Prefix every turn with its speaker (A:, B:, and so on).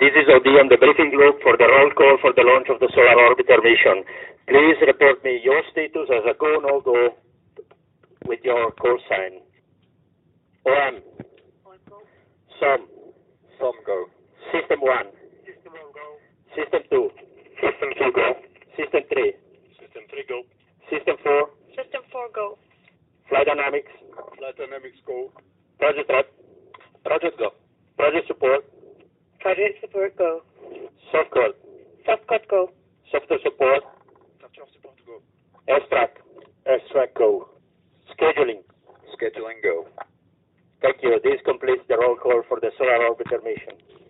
A: This is OD on the briefing loop for the roll call for the launch of the Solar Orbiter mission. Please report me your status as a go, no go with your call sign. OM,
B: On go.
A: SOM,
C: Some go.
A: System 1,
B: System on go.
A: System 2,
C: System two go.
A: System 3,
C: System three go.
A: System 4,
B: System four go.
A: Flight Dynamics,
C: Flight dynamics go.
A: Project Rep,
C: Project go.
A: Project Support,
B: Project support go.
A: Soft Call,
B: Soft cut go.
A: Software Support,
C: Touch support go.
A: Extract, Extract Go, Scheduling.
C: Scheduling go.
A: Thank you. This completes the roll call for the Solar Orbiter mission.